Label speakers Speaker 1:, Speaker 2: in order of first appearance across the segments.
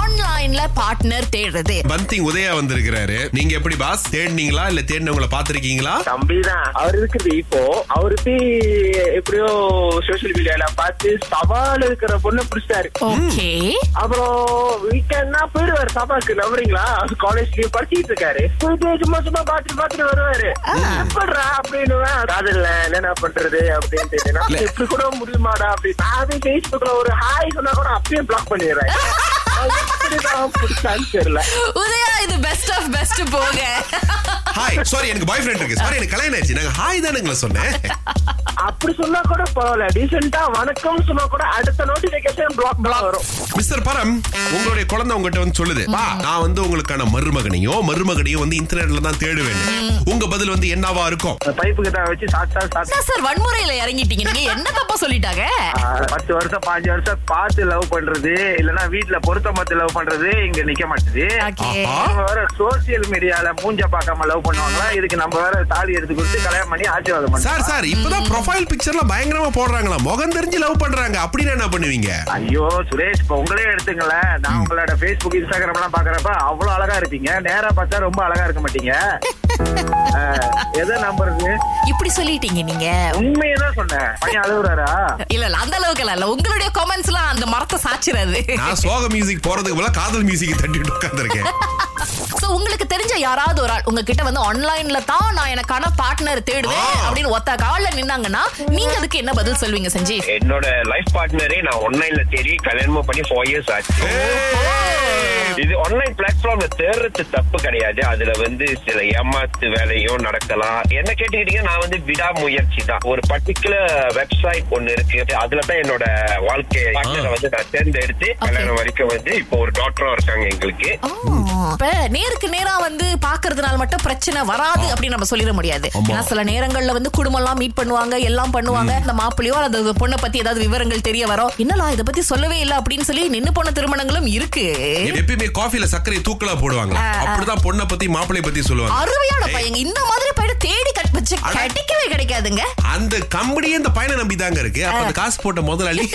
Speaker 1: ஆன்லைன்ல பார்ட்னர் தேடுறது
Speaker 2: பந்திங் உதயா வந்திருக்கிறாரு நீங்க எப்படி பாஸ் தேடினீங்களா இல்ல தேடினவங்கள பாத்திருக்கீங்களா
Speaker 3: தம்பிதான் அவர் இருக்குது இப்போ அவரு போய் எப்படியோ சோசியல் மீடியால பார்த்து சவால் இருக்கிற பொண்ணு பிடிச்சாரு
Speaker 1: ஓகே
Speaker 3: அப்புறம் வீக்கெண்ட்னா போயிடுவாரு சபாக்கு நம்புறீங்களா காலேஜ் லீவ் படிச்சுட்டு இருக்காரு போய் போய் சும்மா சும்மா பாத்துட்டு பாத்துட்டு வருவாரு எப்படிடா அப்படின்னு காதல்ல என்னடா பண்றது அப்படின்ட்டு நான்
Speaker 2: இல்ல.
Speaker 3: இப்படி கூட முடியுமாடா அப்படின்னு நான் பேஸ்புக்ல ஒரு ஹாய் சொன்னா கூட அப்படியே பிளாக் பண்ணிடுறேன் அது எப்படிதான் பிடிச்சான்னு தெரியல
Speaker 1: உதயா இது பெஸ்ட் ஆஃப் பெஸ்ட் போங்க
Speaker 2: ஹாய் சாரி எனக்கு பாய் ஃப்ரெண்ட் இருக்கு சாரி எனக்கு கல்யாணம் ஆயிடுச்சு நாங்க ஹாய் தானுங்களா சொன்னேன்
Speaker 3: அப்படி சொன்னா கூட பரவாயில்ல டீசெண்டா வணக்கம் சொன்னா கூட அடுத்த நோட்டிபிகேஷன் பிளாக் பிளாக் வரும்
Speaker 2: மிஸ்டர் பரம் உங்களுடைய குழந்தை உங்ககிட்ட வந்து சொல்லுது "பா, நான் வந்து உங்களுக்கான மருமகனையோ மருமகனையோ வந்து இன்டர்நெட்ல தான் தேடுவேன் உங்க பதில் வந்து என்னவா இருக்கும்
Speaker 3: பைப்புக்கு தான் வச்சு சாத்தா சாத்தா
Speaker 1: சார் வன்முறையில இறங்கிட்டீங்க நீங்க என்ன தப்பா சொல்லிட்டாங்க
Speaker 3: பத்து வருஷம் பாஞ்சு வருஷம் பார்த்து லவ் பண்றது இல்லனா வீட்ல பொருத்த பார்த்து லவ் பண்றது இங்க நிக்க மாட்டுது
Speaker 1: Okay.
Speaker 2: ஆஹா.
Speaker 3: நம்ம வேற சோசியல் மீடியால மூஞ்ச பார்க்காம லவ் பண்ணுவாங்களா இதுக்கு நம்ம வேற தாலி எடுத்து கொடுத்து கல்யாணம் பண்ணி ஆசீர்வாதம் பண்ணோம்
Speaker 2: சார் சார் இப்பதான் ப்ரொஃபைல் பிக்சர்ல பயங்கரமா போடுறாங்களா முகம் தெரிஞ்சு லவ் பண்றாங்க அப்படின்னு என்ன பண்ணுவீங்க
Speaker 3: ஐயோ சுரேஷ் இப்ப உங்களே எடுத்துங்களேன் நான் உங்களோட Facebook இன்ஸ்டாகிராம் எல்லாம் பாக்குறப்ப அவ்வளவு அழகா இருப்பீங்க நேரா பார்த்தா ரொம்ப அழகா இருக்க மாட்டீங்க அஹ், எதை நம்புறது
Speaker 1: இப்படி சொல்லிட்டீங்க நீங்க
Speaker 3: உண்மையதான் சொன்னேன் பையன் அழுகுறாரா
Speaker 1: இல்ல இல்ல அந்த அளவுக்கு இல்ல உங்களுடைய கமெண்ட்ஸ் எல்லாம் அந்த மரத்தை சாச்சிராது
Speaker 2: நான் சோக மியூசிக் போறதுக்கு பதிலா காதல் மியூசிக் தட்டிட்டு உட்காந்துருக்கேன்
Speaker 1: சோ உங்களுக்கு தெரிஞ்ச யாராவது ஒரு ஆள் உங்ககிட்ட வந்து ஆன்லைன்ல தான் நான் எனக்கான பார்ட்னர் தேடுவேன்
Speaker 2: ஆ.
Speaker 1: அப்படின்னு ஒத்த கால்ல நின்னாங்கன்னா நீங்க அதுக்கு என்ன பதில் சொல்வீங்க சஞ்சீவ்
Speaker 4: என்னோட லைஃப் பார்ட்னரே நான் ஆன்லைன்ல தேடி கல்யாணமும் பண்ணி ஃபோர் இயர்ஸ் ஆச்சு இது ஆன்லைன் பிளாட்ஃபார்ம்ல தேடுறது தப்பு கிடையாது அதுல வந்து சில ஏமாத்து வேலையும் நடக்கலாம் என்ன கேட்டுக்கிட்டீங்கன்னா நான் வந்து விடாமுயற்சி தான் ஒரு பர்டிகுலர் வெப்சைட் ஒண்ணு இருக்கு அதுல தான் என்னோட வாழ்க்கை partner-அ வந்து நான் தேர்ந்தெடுத்து கல்யாணம் வரைக்கும் வந்து இப்போ ஒரு டாக்டரும் இருக்காங்க எங்களுக்கு
Speaker 1: இப்ப நேருக்கு நேரா வந்து பாக்குறதுனால மட்டும் பிரச்சனை வராது அப்படின்னு நம்ம சொல்லிட முடியாது
Speaker 2: ஆமா.
Speaker 1: ஏன்னா சில நேரங்கள்ல வந்து குடும்பம் எல்லாம் மீட் பண்ணுவாங்க எல்லாம் பண்ணுவாங்க அந்த மாப்பிள்ளையோ அல்லது அந்த பொண்ணை பத்தி ஏதாவது விவரங்கள் தெரிய வரும் என்னலாம் இத பத்தி சொல்லவே இல்ல அப்படின்னு சொல்லி நின்னு போன திருமணங்களும் இருக்கு
Speaker 2: எப்பயுமே காஃபில சர்க்கரை தூக்கலா போடுவாங்க அப்படிதான் பொண்ணை பத்தி மாப்பிள்ளைய பத்தி சொல்லுவாங்க
Speaker 1: அருமையான பையங்க இந்த மாதிரி பையனை தேடி கட்டுச்சு கிடைக்கவே கிடைக்காதுங்க
Speaker 2: அந்த கம்பெனியே இந்த பையனை நம்பி தாங்க இருக்கு அப்ப அந்த காசு போட்ட முதலாளி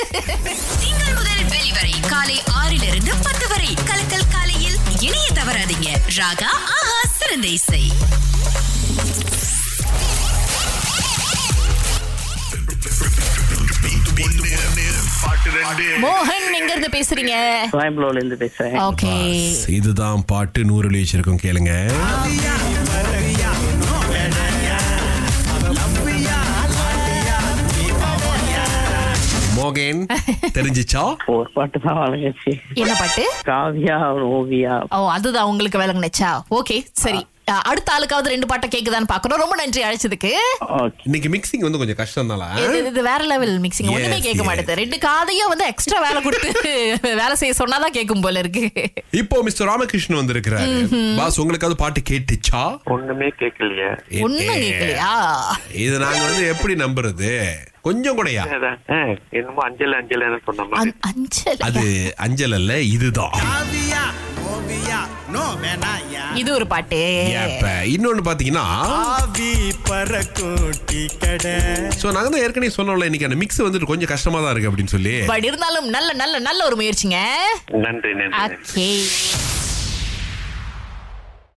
Speaker 5: திங்கள் முதல் வெளிவரை காலை ஆறிலிருந்து பத்து வரை கலக்கல் காலையில் இணைய தவறாதீங்க ராகா ஆஹா சிறந்த இசை
Speaker 1: மோகன் எங்க இருந்து பேசுறீங்க
Speaker 6: கோயம்புளூர்ல இருந்து பேசுறேன்
Speaker 1: ஓகே
Speaker 2: இதுதான் பாட்டு நூறு இருக்கும் கேளுங்க மோகன் தெரிஞ்சுச்சா
Speaker 6: ஒரு பாட்டு தான் வழங்கிச்சு
Speaker 1: என்ன பாட்டு
Speaker 6: காவியா ஒரு ஓவியா
Speaker 1: ஓ அதுதான் உங்களுக்கு விளங்குனச்சா ஓகே சரி அஹ், அடுத்த ஆளுக்காவது ரெண்டு பாட்டை கேக்குதான்னு பாக்குறோம் ரொம்ப நன்றி அழைச்சதுக்கு
Speaker 6: ஓகே
Speaker 2: இன்னைக்கு மிக்சிங் வந்து கொஞ்சம் கஷ்டம்
Speaker 1: இது இது வேற லெவல் மிக்சிங்
Speaker 2: Yes,
Speaker 1: ஒண்ணுமே கேட்க
Speaker 2: yes.
Speaker 1: மாட்டேது ரெண்டு காதையும் வந்து எக்ஸ்ட்ரா வேலை கொடுத்து வேலை செய்ய சொன்னாதான் கேட்கும் போல இருக்கு
Speaker 2: இப்போ மிஸ்டர் ராமகிருஷ்ணன் வந்திருக்கிறாரு பாஸ் உங்களுக்காவது பாட்டு கேட்டுச்சா
Speaker 7: ஒண்ணுமே கேட்கலையே
Speaker 2: ஏ-
Speaker 1: ஒண்ணும் கேட்கலையா
Speaker 2: இது நாங்க வந்து எப்படி நம்புறது கொஞ்சம் கூடயா
Speaker 7: அதான், ஆ, என்னமோ அஞ்சல் அஞ்சல் சொன்ன மாதிரி
Speaker 1: அஞ்- அஞ்சல்
Speaker 2: அது அஞ்சல் அல்ல இதுதான்
Speaker 1: இது ஒரு பாட்டு
Speaker 2: இப்ப இன்னொன்னு பாத்தீங்கன்னா
Speaker 8: ஆவி பறக்கும் டீ கடை
Speaker 2: சோ நாங்க தான் ஏற்கனவே சொன்னோம்ல இன்னைக்கு அந்த மிக்ஸ் வந்துட்டு கொஞ்சம் கஷ்டமா தான் இருக்கு அப்படின்னு சொல்லி
Speaker 1: பட் இருந்தாலும் நல்ல நல்ல நல்ல ஒரு முயற்சிங்க
Speaker 7: நன்றி நன்றி
Speaker 1: ஓகே